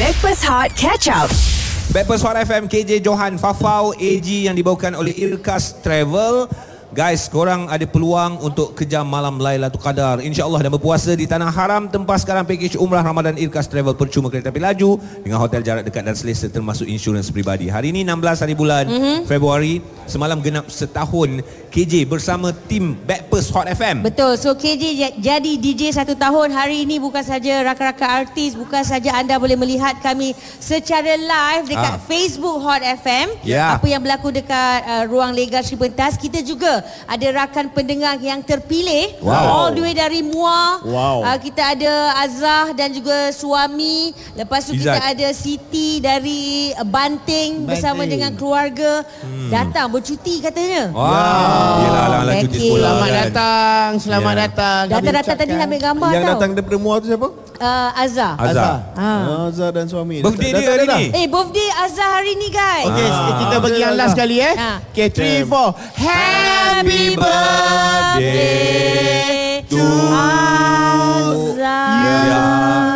Backpass Hot Catch Up. Backpast Hot FM KJ Johan Fafau AG yang dibawakan oleh Irkas Travel Guys, korang ada peluang untuk kejam malam Lailatul Qadar. InsyaAllah dan berpuasa di Tanah Haram. Tempah sekarang pakej Umrah Ramadan Irkas Travel percuma kereta api laju dengan hotel jarak dekat dan selesa termasuk insurans peribadi. Hari ini 16 hari bulan mm-hmm. Februari. Semalam genap setahun KJ bersama tim Backpast Hot FM. Betul. So KJ ja- jadi DJ satu tahun hari ini bukan saja rakan-rakan artis, bukan saja anda boleh melihat kami secara live dekat Ah. Facebook Hot FM. Ya. Apa yang berlaku dekat uh, ruang legal Sri Pentas. Kita juga ada rakan pendengar yang terpilih. Wow. All the way dari Muar. Wow. Uh, kita ada Azah dan juga suami. Lepas tu kita Izzat. ada Siti dari uh, Banting, bersama Banting. dengan keluarga. Hmm. Datang bercuti katanya. Wow. Yelah, alang-alang cuti Thank you. sekolah. Selamat kan. datang, selamat Ya. datang. Kami Datang-datang ucapkan- tadi ambil gambar Yang tau. datang daripada Muar tu siapa? Uh, Azah. Azhar. Azhar. Ah. Azhar dan suami. Birthday Datang- dia hari datang- ni. Eh, birthday Azah hari ni guys. Okey, Ah. kita bagi yang last kali eh. Ah. Ha. Okey, 3 4. Happy birthday to Ya Azah.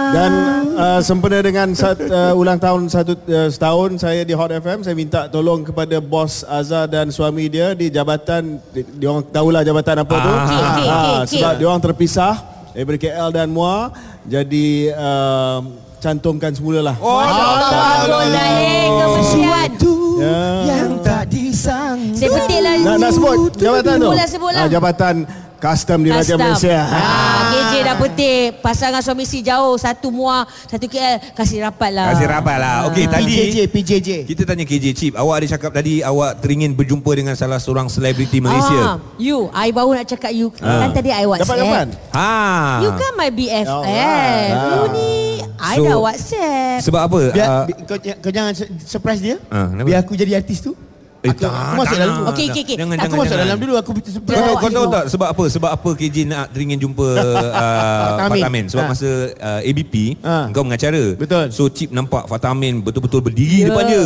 Dan uh, sempena dengan sat, uh, ulang tahun satu uh, setahun saya di Hot FM saya minta tolong kepada bos Azhar dan suami dia di jabatan di, diorang tahulah jabatan apa tu. Ah. Okey, okey, Ah, okey, okey. sebab diorang terpisah daripada KL dan Muar jadi uh, cantumkan semulalah. Ah, Oh, Bagus lah eh, kemesian. Ya. tak disangka. Saya petik lah. Nak, nak sebut jabatan tu. Sebutlah, sebutlah. Ah, jabatan custom di Raja Custom. Malaysia. Ah, KJ dah petik. Pasangan suami si jauh. Satu muar, satu KL. Kasih rapat lah. Kasih rapat lah. Okey, Ah. tadi... PJJ, PJJ. Eh. Kita tanya KJ Chip, awak ada cakap tadi awak teringin berjumpa dengan salah seorang selebriti Ah, Malaysia. Ah. you, I baru nak cakap you. Kan tadi I Dapat WhatsApp. kapan? Ha. You kan my BFF. Alright. You ni, I Ah. So, dah WhatsApp. Sebab apa? Biar, Ah, bi- kau, kau jangan su- surprise dia. Ah, kenapa? Biar aku jadi artis tu. eh, aku, aku masuk tak dalam nak. dulu. Okey, okey, Jangan, okey. Tak, Aku jangan, masuk jangan. dalam dulu aku bikin Kau surprise. tahu, Awak kau tahu tengok. tak sebab apa? Sebab apa KJ nak teringin jumpa uh, Fatah Amin. Fatah Amin? Sebab Ha. masa uh, ABP, Ha. kau mengacara. Betul. Ya. Oh. So Chip nampak Fatah Amin betul-betul berdiri depan dia.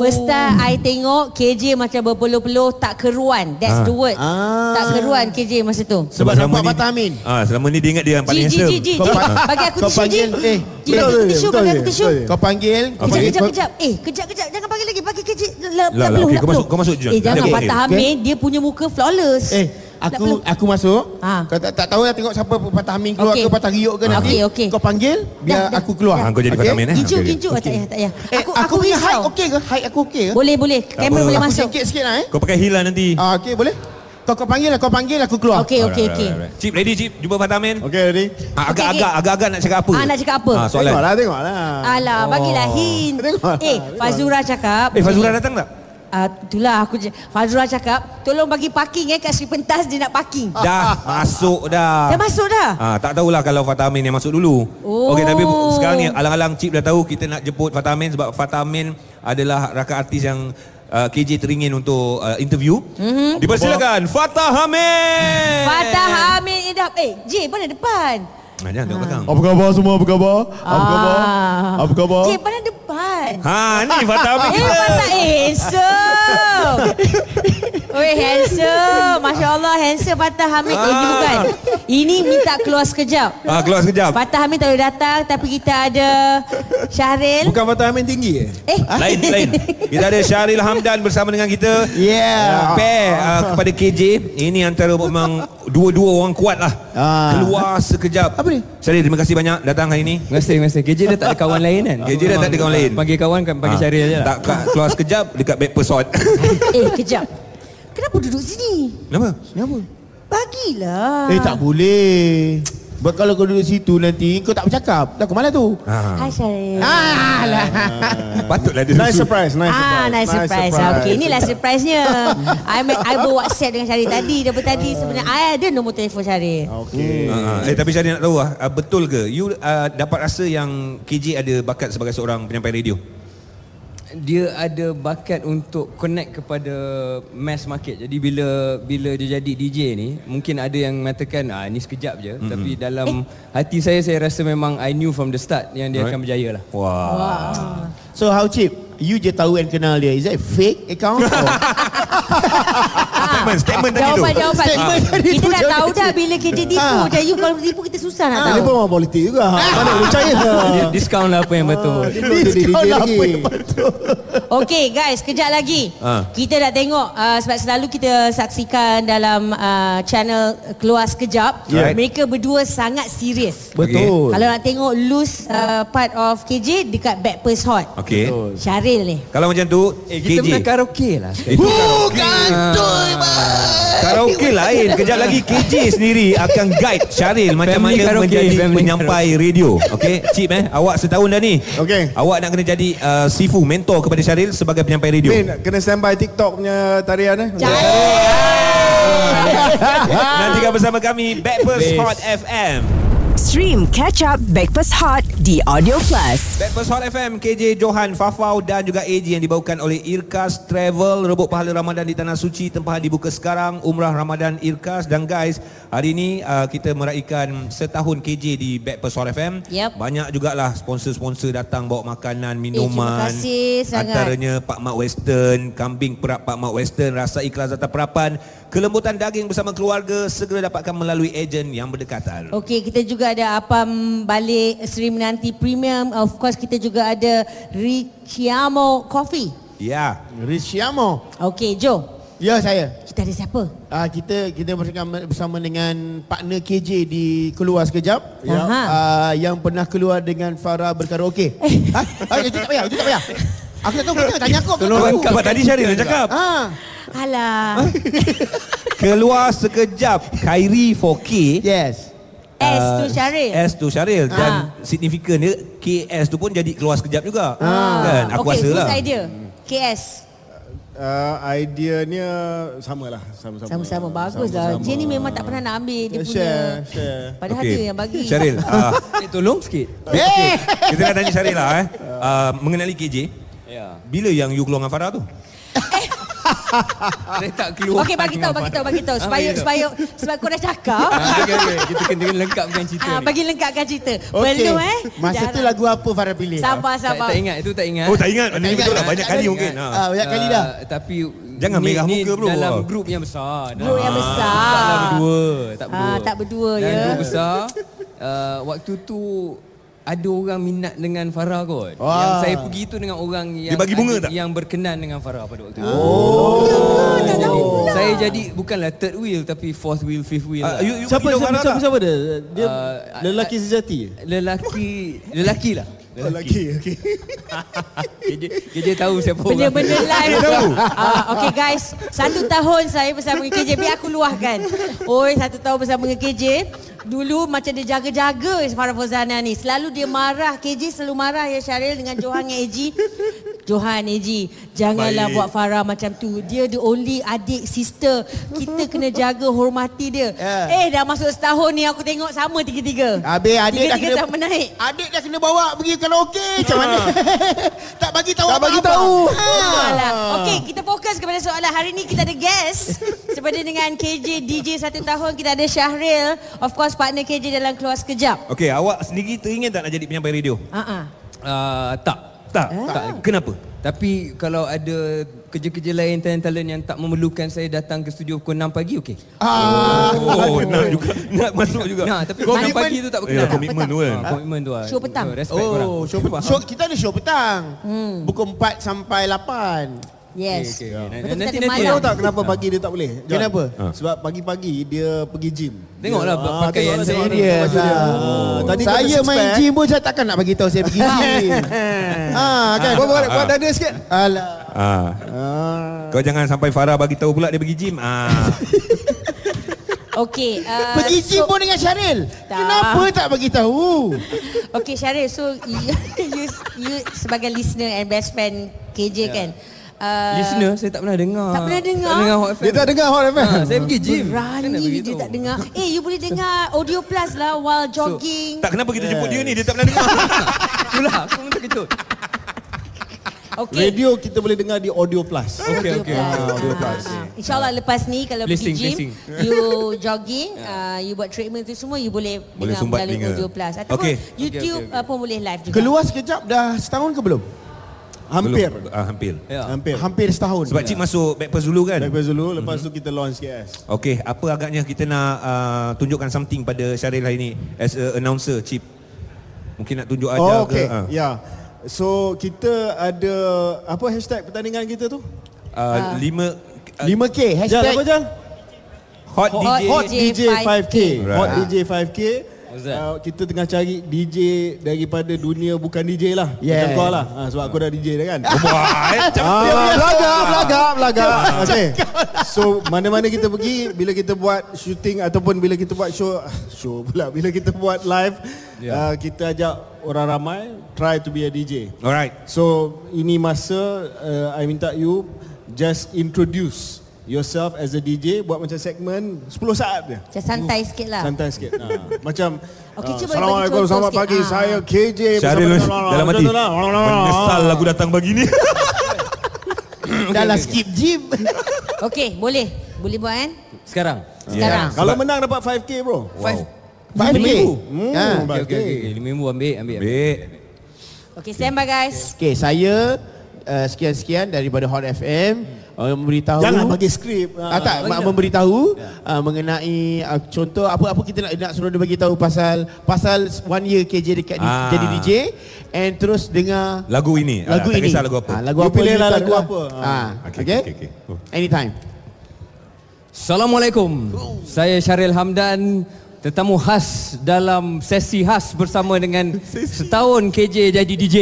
First time I tengok KJ macam berpeluh-peluh tak keruan. Ah. That's the word. Ah. Tak keruan KJ masa tu. Sebab selama nampak ni- Fatah Amin. Ah, selama ni dia ingat dia yang paling Ji, ji, ji, handsome. ji. Kau ji. pa- Bagi aku kau tisu, Ji. panggil, eh, Ji, bagi betul aku je, tisu, betul bagi je, aku tisu. betul je. Kau panggil. Kau Kejap, panggil. kejap, kejap. Eh, kejap, kejap. Jangan panggil lagi. Panggil kejap. Lah, lah, tak perlu, okey, tak kau perlu. masuk, kau masuk je. Eh, Tak jangan boleh. Fatah Okey. Amin. Dia punya muka flawless. Eh, Tak perlu. aku aku masuk. Ah. Kau tak, tak tahu lah tengok siapa patah Amin keluar Okey. ke patah riuk ke nanti. Okey, okey. Kau panggil biar Dah, dah. aku keluar. Ah, kau jadi Okey? Fatah Amin eh. Gincu, Okey, okey. gincu. Ah, Tak payah, tak payah. Eh, Aku, aku, aku punya height risau. okey ke? Height aku okey ke? Boleh, boleh. Kamera apa. boleh Aku masuk. Sikit sikit lah eh. Kau pakai heel lah nanti. Ah, okey boleh. Kau kau panggil lah, kau panggil aku keluar. Okey, okey, Alright, okey. alright, alright. Chip, ready Chip? Jumpa Fatah Amin? Okey, ready? Ah, Okey, Agak-agak, okey. agak-agak nak cakap apa? Ah, nak cakap apa? Ah, soalan. Tengoklah, tengoklah. Alah, bagilah hint. Tengoklah. Eh, Fazura cakap. Eh, Fazura ni, datang tak? Ah, itulah aku je- Fazura cakap, tolong bagi parking eh kat Sri Pentas dia nak parking. Dah masuk dah. Ah, Dah masuk dah? Ha, tak tahulah kalau Fatah Amin yang masuk dulu. Oh. Okey tapi bu- sekarang ni alang-alang Cip dah tahu kita nak jemput Fatah Amin sebab Fatah Amin adalah rakan artis yang uh, KJ teringin untuk uh, interview. Mm-hmm. Dipersilakan Fatah Amin. Mhm. Fatah Amin Idap. Eh, J, mana depan? Ha, jangan tengok belakang. Apa khabar semua? Apa khabar? Ah. Apa khabar? Apa khabar? J, mana depan? Ha, ni Fatah Amin. Eh, Fatah eh, handsome. Weh, handsome. Masya Allah, handsome Fatah Hamid. Eh, ini bukan. Ini minta keluar sekejap. Ha, keluar sekejap. Fatah Hamid tak boleh datang tapi kita ada Syahril. Bukan Fatah Amin tinggi eh? Eh, Lain, lain. Kita ada Syahril Hamdan bersama dengan kita. Ya. Yeah. Pair uh, Ah, kepada KJ. Ini antara memang dua-dua orang kuat lah. Ah. Keluar sekejap. Apa ni? Syahril, terima kasih banyak datang hari ini. Terima kasih, terima kasih. KJ dah tak ada kawan lain kan? KJ dah tak ada kawan lain. Panggil kawan kan, Ah, panggil ha. Syaril je lah. Tak, Kak, keluar sekejap dekat back pesawat. eh, kejap. Kenapa duduk sini? Kenapa? Kenapa? Bagilah. Eh tak boleh. Sebab kalau kau duduk situ nanti kau tak bercakap. Dah kau mana tu? Ha. Hai Syahril. Alah. Ah. Patutlah dia Nice susu. surprise, nice surprise. Ah, nice surprise. Ah, Okey, inilah surprise-nya. I, ma- I ber WhatsApp dengan Syarif tadi. Daripada tadi sebenarnya I ada nombor telefon Syarif. Okey. Ha, ha. Eh tapi Syaril nak tahu lah, ah, betul ke you uh, dapat rasa yang KJ ada bakat sebagai seorang penyampai radio? Dia ada bakat untuk connect kepada mass market. Jadi bila bila dia jadi DJ ni, mungkin ada yang mengatakan ah ni sekejap je, mm-hmm. tapi dalam eh. hati saya saya rasa memang I knew from the start yang dia right. akan berjaya lah. Wah. So how cheap? You je tahu and kenal dia. Is that fake account? Or? Ah, statement, statement tadi tu. Jawapan-jawapan. Ah, Statement tadi Kita tu dah jangan tahu kecil. dah bila kita tipu Ah. je. You kalau tipu kita susah nak Dia tahu. pun orang politik juga. Ha, Mana boleh percaya. Dia Discount lah apa Oh. yang betul. Diskaun dia apa lagi. yang patut? Okey guys, kejap lagi. Ah. Kita nak tengok uh, sebab selalu kita saksikan dalam uh, channel Keluar Sekejap. Yeah. Mereka berdua sangat serius. Betul. Kalau nak tengok loose uh, part of KJ dekat Backpast Hot. Okey. Syaril ni. Kalau macam tu, Eh, KJ. kita pernah karaoke lah. sekali. Itu Ah. karaoke lain. Kejap lagi KJ sendiri akan guide Syaril macam Family mana karaoke, menjadi family penyampai radio. Okey, Cip eh, awak setahun dah ni. Okey. Awak nak kena jadi uh, sifu mentor kepada Syaril sebagai penyampai radio. Min, kena standby TikTok punya tarian eh. Nantikan bersama kami Backpast Hot FM. Stream Catch Up Breakfast Hot di Audio Plus. Backpast Hot FM KJ Johan Fafau dan juga AJ yang dibawakan oleh Irkas Travel rebut pahala Ramadan di Tanah Suci tempahan dibuka sekarang Umrah Ramadan Irkas dan guys hari ini uh, kita meraikan setahun KJ di Backpast Hot FM Yep. Eh, banyak jugalah sponsor-sponsor datang bawa makanan minuman terima kasih sangat. antaranya Pak Mak Western kambing perap Pak Mak Western rasa ikhlas datang perapan kelembutan daging bersama keluarga segera dapatkan melalui ejen yang berdekatan Okey, kita juga ada apam balik Seri Menanti Premium. Of course, kita juga ada Richiamo Coffee. ya Rishiamo. Okey, Joe. Ya saya. Kita ada siapa? Ah kita kita bersama, bersama dengan partner KJ di keluar sekejap Ya. Aha. ah, yang pernah keluar dengan Farah berkaraoke. Eh. ha? Ah, itu tak payah, itu tak payah. Aku tak tahu kita tanya aku. aku tak Tolong tahu. rangkap Sebab tadi Syaril dah cakap Ah. Alah. Keluar sekejap Kairi 4K Yes. S tu uh, Syaril. S tu Syaril Dan Ah. signifikan dia KS tu pun jadi keluar sekejap juga Ah. Kan Aku okay, rasa lah whose idea? KS. Uh, ideanya sama lah. Sama-sama. Sama-sama bagus lah. Sama-sama. Eh, Dia ni memang tak pernah nak ambil dia punya. Share, share. Padahal Okey. dia yang bagi. Syaril ah, Eh, tolong sikit. okay. Kita nak tanya Syaril lah eh. Ah, Mengenali KJ Ya. Bila yang you keluar dengan Farah tu? Saya tak keluar. Ah. Okey bagi tahu bagi tahu bagi tahu supaya supaya sebab kau dah cakap. Ah, okay, okay. Kita kena kena lengkapkan cerita Ah, ni. bagi lengkapkan cerita. Okey. Belum eh? Masa tu lagu apa Farah pilih? Sabar Tak, sabar. tak ingat, itu tak ingat. Oh tak ingat Ini ingat betul lah lah. Banyak Tak kali ingat. mungkin ha. Ah, banyak kali dah. Ah, tapi Jangan ni- merah ni muka, bro. Dalam grup yang besar. Grup Ah, yang besar. Tak berdua, tak Ah, berdua. tak berdua, Dalam ya. grup besar. Uh, waktu tu ada orang minat dengan Farah kot. Wow. Yang saya pergi tu dengan orang yang Dia bagi bunga ada- tak? yang berkenan dengan Farah pada waktu tu. Oh. tak Oh. Jadi, tahu pula. saya jadi bukanlah third wheel tapi fourth wheel, fifth wheel. Ah, lah. you- you- Uh, Siapa, hidup siapa, Farah siapa, tak? siapa dia? Dia Ah, lelaki sejati? Lelaki, lelaki lah. Oh, Lelaki, okey. Dia, dia, dia tahu siapa orang. Benda-benda live uh, Okay guys Satu tahun saya bersama dengan KJ Biar aku luahkan Oi satu tahun bersama dengan KJ Dulu macam dia jaga-jaga Farah Fozana ni Selalu dia marah KJ selalu marah ya Syaril Dengan Johan dengan AG Johan AG Janganlah Baik. buat Farah macam tu Dia the only adik sister Kita kena jaga hormati dia Ya. Eh dah masuk setahun ni Aku tengok sama tiga-tiga Habis adik dah Tiga-tiga kena sama naik Adik dah kena bawa pergi karaoke macam mana? tak bagi tahu Ah. Tak apa-apa. bagi tahu. Alah. Okey, kita fokus kepada soalan. Hari ni kita ada guest. Seperti dengan KJ DJ satu tahun, kita ada Syahril. Of course, partner KJ dalam Keluar Sekejap. Okey awak sendiri teringin tak nak jadi penyampai radio? Uh-uh. Ah, tak. Tak? tak. Kenapa? Tapi kalau ada kerja-kerja lain talent-talent yang tak memerlukan saya datang ke studio pukul 6 pagi okey. Ah. Oh nak juga Nak masuk juga Nah, tapi pukul 6 pagi tu tak berkenan. Ya, komitmen tu kan Ah, komitmen tu. lah. Show petang. So, Respect oh. korang. Oh, show, show, kita ada show petang. Hmm. Pukul 4 sampai 8. Yes. Okey, Betul okey. Eh, Nanti- kita ada nanti Kau malam. tahu tak kenapa pagi dia tak boleh? John? Kenapa? Sebab pagi-pagi dia pergi gym. Tengoklah Ah, pakaian tengoklah, saya. tengoklah Serius baju dia. lah. Ah, Tadi kau Saya ada six main pack. gym pun saya takkan nak bagi tahu saya pergi gym. ha, kan? Kau buat buat dada sikit. Alah. Ah. Kau jangan sampai Farah bagi tahu pula dia pergi gym. Ah. Okey. Uh, Pergi gym pun dengan Syaril. Tak. Kenapa tak bagi tahu? Okey, Syahril. So, you, you, you sebagai listener and best friend KJ yeah. kan? Uh, Listener saya tak pernah dengar. Tak pernah dengar? Tak dengar Hot FM. Dia tak dengar Hot FM. Ah, saya pergi gym. Kan nak Berani beritahu. dia tak dengar. Eh, you boleh dengar audio plus lah while jogging. tak kenapa kita jemput dia ni dia tak pernah dengar. Itulah aku pun terkejut. Okey. Radio kita boleh dengar di Audio Plus. Okey okey. Audio plus. Ah, InsyaAllah lepas ni kalau Blessing, pergi gym, blessing. you jogging, uh, you buat treatment tu semua, you boleh Boleh dengar sumbat melalui telinga. audio plus. Ataupun ah, Okey. YouTube okay, okay, pun boleh live juga. Keluar sekejap dah setahun ke belum? Hampir. ya. Belum, ah, hampir. Ya. Hampir. Hampir setahun. Sebab cik masuk backpass dulu kan? Lepas dulu lepas tu kita launch KS. Okey, apa agaknya kita nak uh, tunjukkan something pada Syaril hari ini as a announcer Cip. Mungkin nak tunjuk aja Oh okey. ke? ah. Ya. Yeah. So kita ada apa hashtag pertandingan kita tu? Ah. Uh, lima uh, 5K Jal hashtag. apa Jal? hot, Hot DJ. Hot DJ DJ 5K. Right. Hot DJ 5K. What's that? Uh, kita tengah cari DJ daripada dunia bukan DJ lah. Yeah. Macam kau lah. Ha, sebab aku dah DJ dah kan. Wah, eh, macam Ah, belagak, belagak, belagak. Okay. So, mana-mana kita pergi, bila kita buat shooting ataupun bila kita buat show, ah, show pula, bila kita buat live, Ya. yeah. uh, kita ajak orang ramai, try to be a DJ. Alright. So, ini masa uh, I minta you just introduce yourself as a DJ, buat macam segmen 10 saat je. Macam santai sikit lah. Santai sikit. Ha. Macam Okey, ah, cuba bagi Assalamualaikum, contoh selamat sikit. pagi. Ah. Saya KJ. bersama Syaril dengan- dalam hati. Macam tu lah. Menyesal aku datang pagi ni. Dah lah skip gym. Okey, boleh. Boleh buat kan? Sekarang. Sekarang. Kalau menang dapat 5K bro. Wow. 5K. Hmm, Ya. ha, Ha. Okey okey okey. Okay. Lima ribu ambil ambil. ambil. Baik. Okey, stand by guys. Okay, saya uh, sekian-sekian daripada Hot FM uh, memberitahu Jangan bagi skrip. Ah, tak, mak memberitahu Ya. ah, mengenai ah, contoh apa-apa kita nak nak suruh dia bagi tahu pasal pasal one year KJ dekat Ah. ah. jadi DJ and terus dengar Lagu ini. Ah, lagu tak ini. kisah lagu apa. lah Ah, lagu You apa? pilihlah you tak lagu dengar. apa. Ah, Okey, okay. Okay, okey, okey. Oh. Anytime. Assalamualaikum. Saya Syaril Hamdan, tetamu khas dalam sesi khas bersama dengan setahun KJ jadi DJ.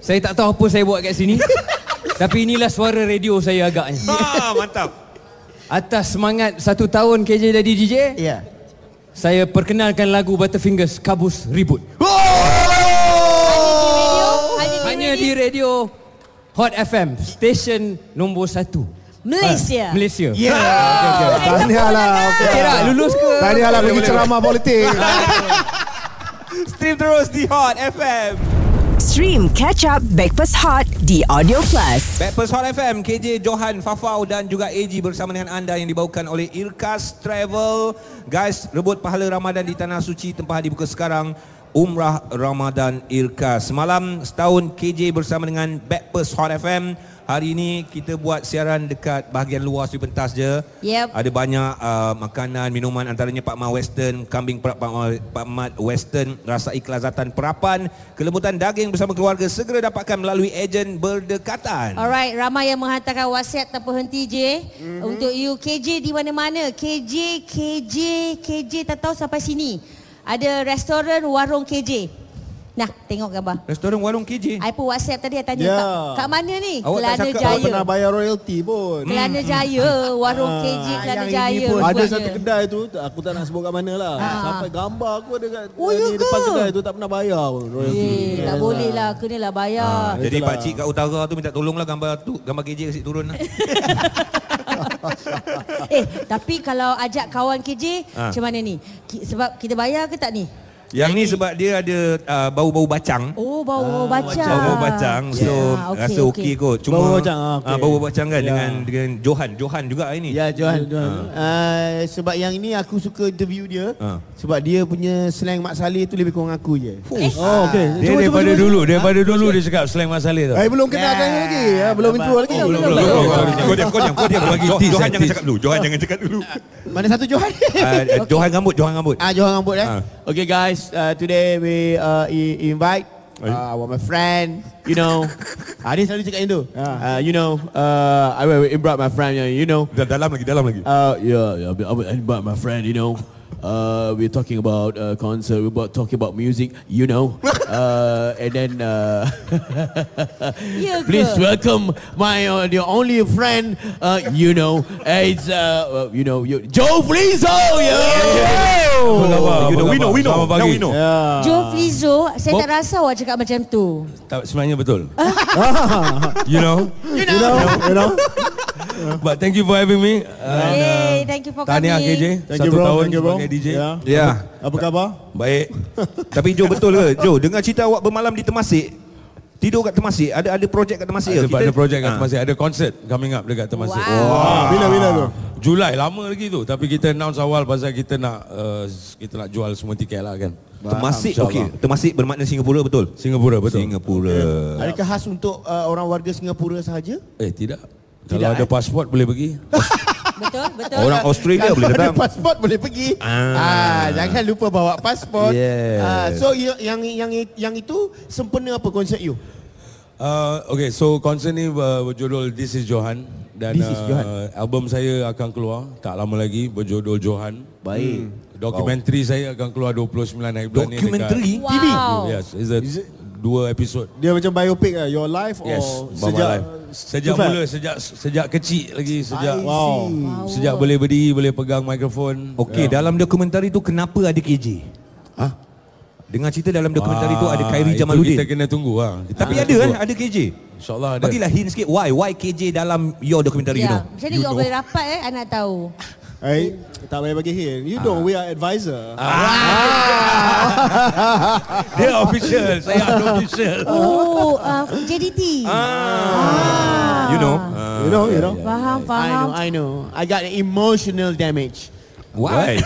saya tak tahu apa saya buat kat sini. Tapi inilah suara radio saya agaknya. Ah, mantap. Atas semangat satu tahun KJ jadi DJ, Ya. saya perkenalkan lagu Butterfingers Kabus Ribut. Hanya di Hanya radio. di radio Hot FM, stesen nombor satu. Malaysia. Malaysia. Yeah. Okay, okay. Tahniah lah. Okay. Okey tak? Lulus ke? Tahniah lah bagi boleh. ceramah politik. Ya, Stream terus di Hot FM. Stream Catch Up Breakfast Hot di Audio Plus. Backpast Hot FM, KJ Johan, Fafau dan juga AG bersama dengan anda yang dibawakan oleh Irkas Travel. Guys, rebut pahala Ramadan di Tanah Suci, tempah dibuka sekarang. Umrah Ramadan Irkas. Semalam setahun KJ bersama dengan Backpast Hot FM. Hari ini kita buat siaran dekat bahagian luar Sri Pentas je. Yep. Ada banyak uh, makanan, minuman antaranya Pak Ma Western, kambing Pak Ma, Pak Mat Western, rasai kelazatan perapan, kelembutan daging bersama keluarga segera dapatkan melalui ejen berdekatan. Alright, ramai yang menghantarkan WhatsApp tak berhenti je. Mm-hmm. Untuk you KJ di mana-mana. KJ, KJ, KJ tak tahu sampai sini. Ada restoran warung KJ. Nah, tengok gambar. Restoran warung KJ. I pun WhatsApp tadi I tanya Ya. yeah. kat, kat mana ni? Awak tak cakap, Kelana Tak ya. awak Jaya. pernah bayar royalty pun. Kelana Jaya, warung KJ Kelana yang ini Jaya. pun. Ada rupanya. satu kedai tu Aku tak nak sebut kat mana lah Ah. Sampai gambar aku ada kat Oh, eh, ya ni ke? Depan kedai tu tak pernah bayar pun Ya. royalty. Eh, tak boleh lah, kenalah bayar. Jadi Itulah. pak cik kat utara tu minta tolonglah gambar tu, gambar KJ kasi turun lah. eh, tapi kalau ajak kawan KJ, Ah. macam mana ni? Ki, sebab kita bayar ke tak ni? Yang ni sebab dia ada uh, bau-bau bacang. Oh, bau bacang. Bau-bau bacang. So Ya, yeah, rasa okey okay kot. Cuma Bau-bau bacang, ah, okey. ah, bau-bau bacang kan Ya. dengan dengan Johan. Johan juga hari ni. Ya Johan. Uh, sebab yang ini aku suka interview dia Ah. sebab dia punya slang Mak Saleh tu lebih kurang aku je. Ah. Eh, Oh okey Dia Cuba, daripada cuba, cuba. dulu, daripada dulu dia cakap slang Mat Salleh tu. Eh belum kenal kan lagi Ah, eh, Belum intro lagi Oh, Belum, belum, belum. Kau diam, kau diam, kau diam. Bagi Jo- tease, Johan eh, jangan tease. cakap dulu. Johan jangan cakap dulu. Mana satu Johan? Ah, Johan rambut, Johan rambut. Ah, Johor rambut eh. Ah. Okay guys, uh, today we uh, i- invite uh, our my friend, you know. Ah, dia selalu cakap macam tu. Uh, you know, uh, I will invite my friend, you know. Dah dalam lagi, dalam Oh. lagi. Uh, yeah, yeah, I will invite my friend, you know. Uh, we're talking about uh, concert, we're about talking about music, you know. Uh, and then uh, Ya ke? please welcome my uh, the only friend, uh, you know, uh, it's uh, uh, you know, you, Joe Flizzo, yeah. Apa khabar? You Apa know, we khabar? know, we know. Selamat Now pagi. we know. Joe Flizzo, saya tak rasa awak cakap macam tu. Tak, sebenarnya betul. you know, You know You know but thank you for having me. Uh, Hey, thank you for coming. Tahniah KJ, Thank you satu bro tahun Thank you bro sebagai DJ. Ya. Ya. Apa khabar? Baik. Tapi Jo betul ke? Jo, dengar cerita awak bermalam di Temasek. Tidur kat Temasek. Ada ada projek kat Temasek Ada, ke? Kita- ada projek kat Ah. Temasek, ada konsert coming up dekat Temasek. Oh. Wow. Ah, Bila bila tu? Julai lama lagi tu tapi kita announce awal pasal kita nak uh, kita nak jual semua tiket lah kan. Temasik okey, Temasik bermakna Singapura betul. Singapura betul. Singapura. Adakah khas untuk uh, orang warga Singapura sahaja? Eh tidak. Tidak, Kalau ada eh? pasport boleh pergi. Betul, betul. Orang Australia boleh Kalau datang. ada pasport boleh pergi. Ah. jangan lupa bawa pasport. Yes. Ah, so yang, yang yang yang itu sempena apa konsep you? Uh, okay, so concert ni uh, berjudul This Is Johan dan This Is Johan. Uh, album saya akan keluar tak lama lagi berjudul Johan. Hmm. Baik. Dokumentari wow. saya akan keluar 29 hari bulan ni. Dokumentari? dekat- Wow. Yes, it's a dua episod. Dia macam biopic lah, your life Yes, or About sejak my life. Oh, sejak Tufan? mula sejak sejak kecil lagi sejak Wow. sejak boleh berdiri boleh pegang mikrofon. Ya. Okey, yeah. dalam dokumentari tu kenapa ada KJ? Hah? Dengar cerita dalam dokumentari tu ada Khairi Ha? Ah, itu Jamaluddin. Kita kena tunggu ah. Kita Tapi kena ada kan tunggu. ada KJ. InsyaAllah ada. Bagilah lah hint sikit why why KJ dalam your documentary you know. Ya, macam mana you know. boleh rapat eh, anak tahu. Hai, tak payah bagi hint. You know we are advisor. Dia official, saya unofficial. Oh, uh, JDT. Ah. You know. You know, you know. Faham, I know, faham. I know. I got emotional damage. Why?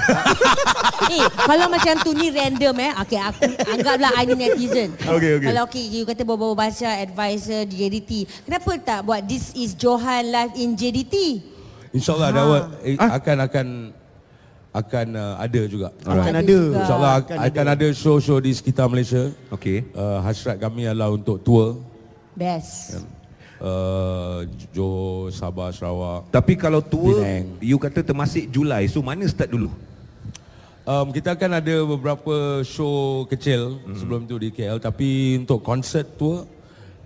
Eh, kalau macam tu ni random eh. Okay, aku anggaplah I ni netizen. Okay, okay. Kalau okay, you kata bawa-bawa baca advisor di JDT. Kenapa tak buat this is Johan live in JDT? InsyaAllah Ah. ha. Dawat eh, akan akan akan uh, ada juga. Akan ada. InsyaAllah akan, akan ada show-show di sekitar Malaysia. Okey. Uh, hasrat kami adalah untuk tour Best. uh, Johor, Sabah, Sarawak. Tapi kalau tua Penang. you kata termasuk Julai. So mana start dulu? Um, kita akan ada beberapa show kecil Hmm. mm. sebelum tu di KL tapi untuk concert tour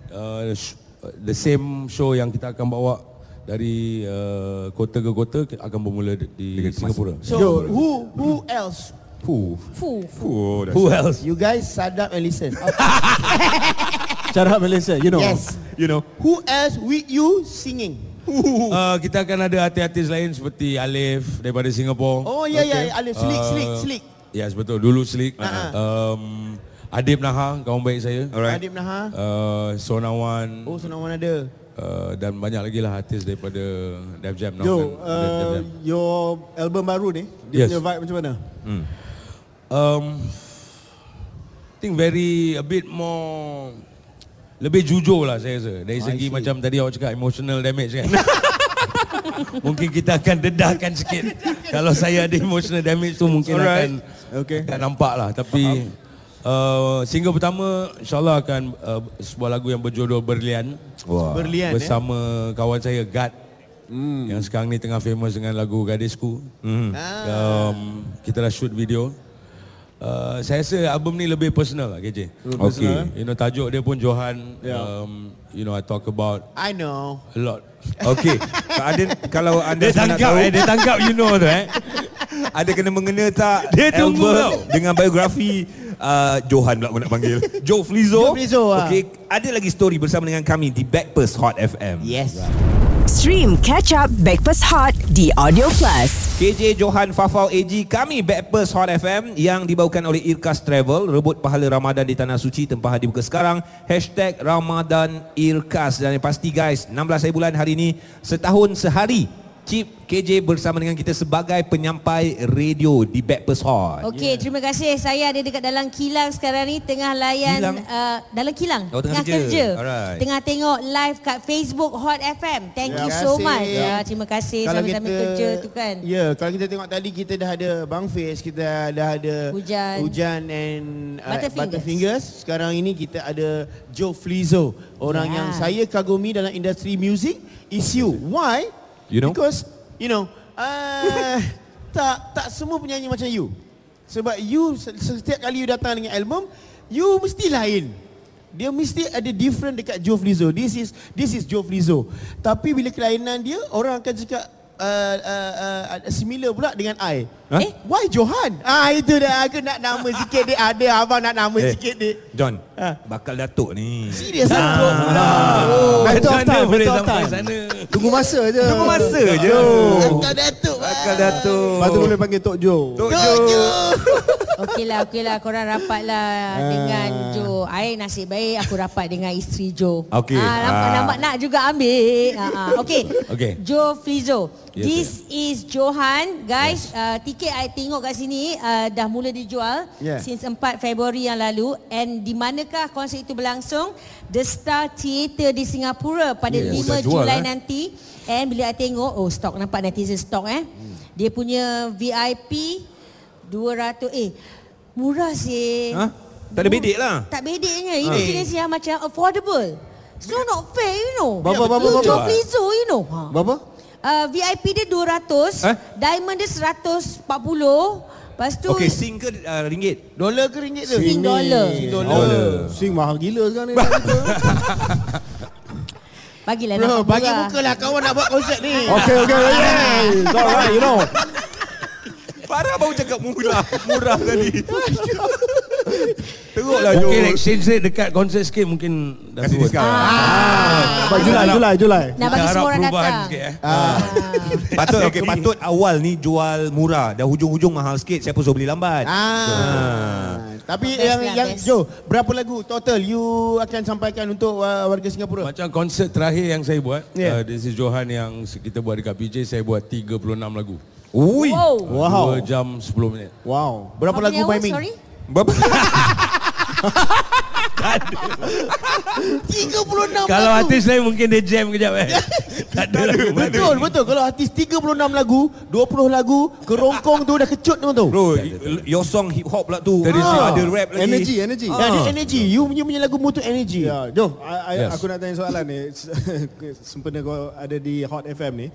uh, sh- uh, the same show yang kita akan bawa dari uh, kota ke kota ke- akan bermula di, di Singapura. So who who else? Who? Fu. Who else? You guys sat up and listen. Cara Malaysia, you know. Yes. You know. who else with you singing? Uh, kita akan ada artis-artis lain seperti Alif daripada Singapura. Oh ya Ah, ya, ada slick slick slick. Yes, betul. Dulu Slick. Uh-huh. Um, Adib Nahar, kawan baik saya. Alright. Adib Nahar. Uh, Sonawan Oh, senawan ada. uh, dan banyak lagi lah artis daripada Def Jam. Northern, Yo, Def- Def uh, Jam. your album baru ni, dia Yes. punya vibe macam mana? um, I think very a bit more lebih jujur lah saya rasa. Dari segi macam tadi awak cakap emotional damage kan. mungkin kita akan dedahkan sikit. Kalau saya ada emotional damage tu mungkin Alright. akan Okay. akan nampak lah. Tapi uh, single pertama insyaAllah akan uh, sebuah lagu yang berjudul Berlian. Wah. Berlian eh. bersama kawan saya Gad hmm. yang sekarang ni tengah famous dengan lagu Gadisku. Hmm. Um, kita dah shoot video. Uh, saya rasa album ni lebih personal lah KJ. personal, You know tajuk dia pun Johan. Yeah. Um, you know I talk about I know. a lot. Okey. Ada kalau anda Dia nak tangkap tahu, eh, dia tangkap you know tu eh. ada kena mengena tak Dia tunggu album tau. dengan biografi uh, Johan pula aku nak panggil. Joe Flizzo. Joe Flizzo, lah. ah. Okey, ada lagi story bersama dengan kami di Backpast Hot FM. Yes. Stream Catch Up Backpass Hot di Audio Plus. KJ Johan Fafau AG kami Backpast Hot FM yang dibawakan oleh Irkas Travel rebut pahala Ramadan di Tanah Suci tempah dibuka sekarang hashtag Ramadan Irkas dan yang pasti guys 16 hari bulan hari ini setahun sehari Cip KJ bersama dengan kita sebagai penyampai radio di Backpast Hot Okey, yeah. terima kasih. Saya ada dekat dalam kilang sekarang ni tengah layan Kilang? Uh, dalam kilang. Oh, tengah kerja. Alright. Tengah tengok live kat Facebook Hot FM. Thank you Terima so kasih. much. Ya, terima kasih sambil-sambil kerja tu kan. Ya, yeah, kalau kita tengok tadi kita dah ada Bang Fiz, kita dah, dah ada Hujan. Hujan and uh, Butterfingers. Butterfingers. Sekarang ini kita ada Joe Flizzo, orang Ya. yang saya kagumi dalam industri music is you. Why? You know? Because you know, uh, tak tak semua penyanyi macam you. Sebab you se- setiap kali you datang dengan album, you mesti lain. Dia mesti ada different dekat Joe Flizzo. This is this is Joe Flizzo. Tapi bila kelainan dia, orang akan cakap uh, uh, uh, similar pula dengan I. Huh? Eh, why Johan? Ah itu dah aku nak nama sikit dia. Ada abang nak nama Eh. sikit dia. John Ha. bakal datuk ni eh? Serius ah. Joe pula. Oh. Matter of Sana time, boleh matter of kan? sampai time. sana. Tunggu masa je. Tunggu masa je Akal datuk. bakal datuk Lepas tu boleh panggil Tok Joe. Tok Jo lah, Ah. Okeylah, okeylah. Korang rapatlah lah dengan Joe. So, I nasib baik aku rapat dengan isteri Jo. Okey. Ah, nampak, Ah. nampak nak juga ambil. Ah, ah. Okey. Okey. Jo Frizo. Yes, This is Johan. Guys, yes. uh, tiket I tengok kat sini uh, dah mula dijual Yeah. since 4 Februari yang lalu. And di manakah konsert itu berlangsung? The Star Theatre di Singapura pada Yes. Oh, dah 5 jual, eh? Julai nanti. And bila I tengok, oh stok nampak netizen stok eh. Dia punya VIP 200 eh murah sih. Ha? Tak ada bedek lah. Tak bedeknya. Ini jenis yang macam affordable. So not fair you know. Berapa, berapa, You berapa? jual Plizo you know. Ha. Berapa? Uh, VIP dia 200, Eh? diamond dia 140. Lepas tu Okey, sing ke uh, ringgit? Dolar ke ringgit tu? Sing dollar. Sing Dollar. dollar. Sing mahal gila sekarang ni. bagilah Bro, nampak bagi murah. muka lah kawan nak buat konsert ni. Okay, okay, yeah. It's alright, you know. Farah baru cakap murah. Murah tadi. Teruklah Jo. Mungkin exchange rate dekat konsert sikit mungkin dah Kasih turun. diskaun. But Julai, Julai, Julai. Ah, Nak bagi Kita harap semua orang perubahan datang. sikit, eh. Patut okey patut Ah, awal ni jual murah dah hujung-hujung mahal sikit siapa suruh beli lambat. Ah. Tapi Best yang lah, yang best. Jo, berapa lagu total you akan sampaikan untuk uh, warga Singapura? Macam konsert terakhir yang saya buat, Yeah. Ya. yeah. uh, This is Johan yang kita buat dekat PJ, saya buat 36 lagu. Ui. Wow. Wow. 2 jam 10 minit. Wow. Berapa How many lagu hours, miming? oh, Sorry? Berapa? 36 Kalau lagu. artis lain mungkin dia jam kejap eh. tak ada lagu. Betul, betul. Kalau artis 36 lagu, 20 lagu, kerongkong tu dah kecut tu tu. Bro, y- your song hip hop pula tu. Tadi Ah. Ada rap lagi. Energy, energy. Ya, dia energy. You punya, punya lagu mu tu energy. Ya, Jom. I, I, Yes. Aku nak tanya soalan ni. Sempena kau ada di Hot FM ni.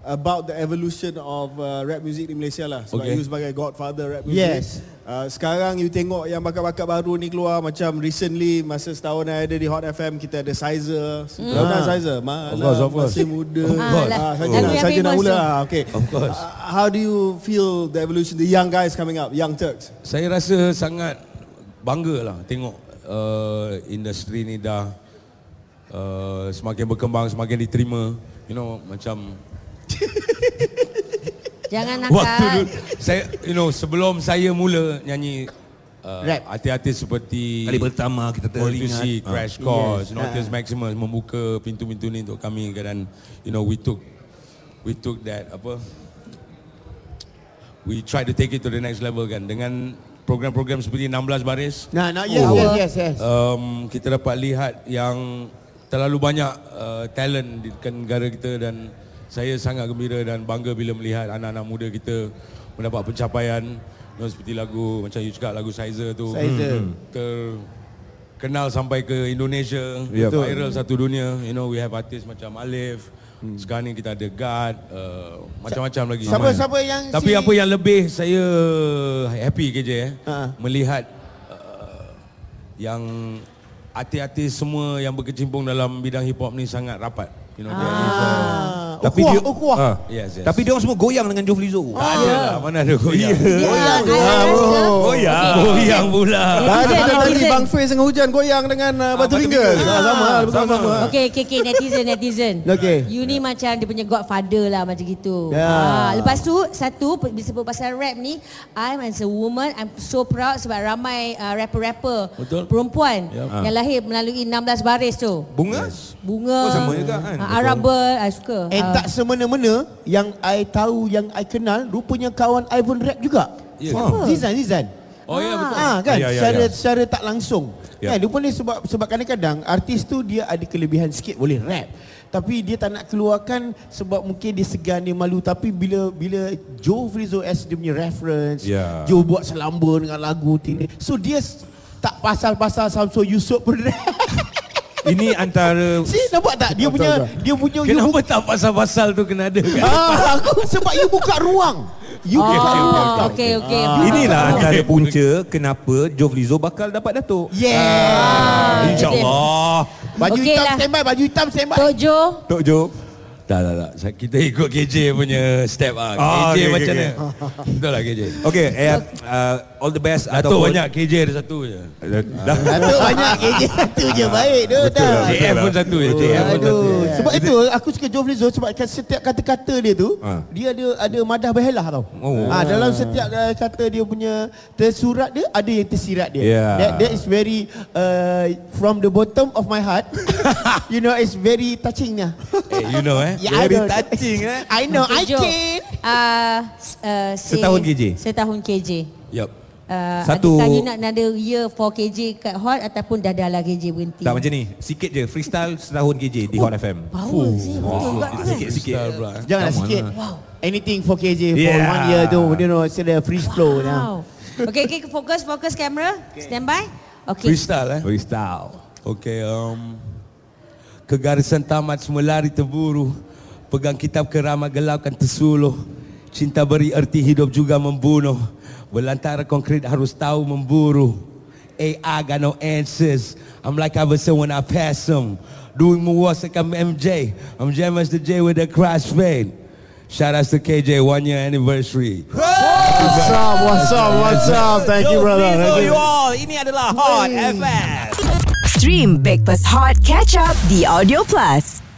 About the evolution of uh, rap music di Malaysia lah. Sebab Okay. you sebagai godfather rap music. Yes. Uh, sekarang you tengok yang bakat-bakat baru ni keluar macam recently masa setahun yang ada di Hot FM kita ada Sizer. Mm. Kau tahu Sizer? course, Malam of course. masih muda. course. Ah, Saja Lagu nak, yang saja nak famous tu. ula. Ah, Okay. Of course. how do you feel the evolution the young guys coming up, young Turks? Saya rasa sangat bangga lah tengok uh, industri ni dah uh, semakin berkembang, semakin diterima. You know, macam Jangan Waktu nakal. dulu saya you know sebelum saya mula nyanyi uh, Rap. artis-artis seperti Kali pertama kita teringat. Ah. Politisi, Crash Course, yes. Notice Maximus membuka pintu-pintu ni untuk kami dan you know we took we took that apa we try to take it to the next level kan dengan program-program seperti 16 baris Nah, ya, nah, yes, Oh. yes, yes, yes. um, kita dapat lihat yang terlalu banyak uh, talent di dekat negara kita dan saya sangat gembira dan bangga bila melihat anak-anak muda kita mendapat pencapaian you know, seperti lagu macam you cakap lagu Sizer tu Hmm. Sizer. terkenal sampai ke Indonesia yeah, viral satu dunia you know we have artis macam Alif sekarang ni kita ada God uh, macam-macam lagi siapa- Ramai. siapa yang tapi si- apa yang lebih saya happy KJ eh Ha. melihat uh, yang artis-artis semua yang berkecimpung dalam bidang hip hop ni sangat rapat you know ah. Ah, Tapi ukuah, dia ukuah. Ah. Yes, yes. Tapi Ah. dia orang semua goyang dengan Jo Flizzo. tak ada lah mana ada goyang yeah. Ya, I rasa Oh, ya. goyang goyang pula Dah Eh, Netizen, kita tadi netizen. Bang Fei dengan hujan goyang dengan uh, batu tinggal. Ah, sama, betul sama. Okay, okay, okay. Netizen, netizen. Okey. You ni macam dia punya godfather lah macam gitu. Ya. Ah, lepas tu, satu, pe- bila sebut pasal rap ni, I'm as a woman, I'm so proud sebab ramai uh, rapper-rapper Betul. perempuan Ya. Yup. yang lahir melalui 16 baris tu. Bunga? Bunga, Ha. Oh, sama juga kan? ah, Arable, I suka. And Ah. Eh, tak semena-mena yang I tahu, yang I kenal, rupanya kawan I pun rap juga. Ya. Siapa? Zizan, Zizan. oh ya betul Ah kan Ya, ya, secara ya. secara tak langsung. Ya. Kan dia pun ni sebab sebab kadang-kadang artis tu dia ada kelebihan sikit boleh rap. Tapi dia tak nak keluarkan sebab mungkin dia segan dia malu tapi bila bila Joe Frizzo as dia punya reference, Ya. Joe buat selamba dengan lagu ting. So dia s- tak pasal-pasal Samsul Yusof pun rap. Ini antara See nampak tak dia punya dia punya you kenapa tak pasal-pasal tu kena ada kan Ah, aku sebab you buka ruang. You Oh, buka ruang. okay, okay. Ah. Ah. inilah antara punca kenapa Jo Flizzo bakal dapat datuk. Yeah. Ah, InsyaAllah. Baju Okey hitam lah. standby, baju hitam standby. Tojo, Tok Jo. tak tak tak Saya- kita ikut KJ punya step ah Ah, KJ okey, macam okey, mana betul lah KJ Okay, eh, uh, all the best Datuk banyak KJ ada satu je Datuk banyak KJ satu je baik tu dah. JF pun satu je JF pun satu lah, Aduh. Sebab itu aku suka Jovli Zul sebab kan setiap kata-kata dia tu Ha. dia ada ada madah berhelah tau. Oh. Ah dalam setiap uh, kata dia punya tersurat dia ada yang tersirat dia. Yeah. That that is very uh, from the bottom of my heart. you know it's very touching lah. Eh, You know eh Yeah, very touching eh. I know I Jom. can. Ah, s- ah, se- Setahun KJ. Setahun KJ. Yup. Uh, Satu- Adakah you nak ada year for KJ kat hot ataupun dah dah lah KJ berhenti? Tak macam ni. Sikit je freestyle setahun KJ di Hot Ah, FM. Power sih. Betul juga tu kan? Sikit-sikit. Style pula eh. lah. Janganlah sikit. lah. Anything for KJ for Yeah. one year tu, you know, it's the free flow now. kan? Wow. Okay, okay, fokus, fokus kamera. Stand by. Okay. Freestyle eh Freestyle. Okey, um, kegarisan tamat semua lari terburu. Pegang kitab kerama gelapkan tersuluh. Cinta beri erti hidup juga membunuh. Belantara konkret harus tahu memburu. AI got no answers. I'm like Iverson when I pass him. Doing more worse like I'm MJ. I'm jam as the J with a crash fade. Shout outs to KJ, one year anniversary. What's up, what's up, what's up? Thank you, brother. Thank you. all. Ini adalah Hot FM. Stream Breakfast Hot Catch Up The Audio Plus.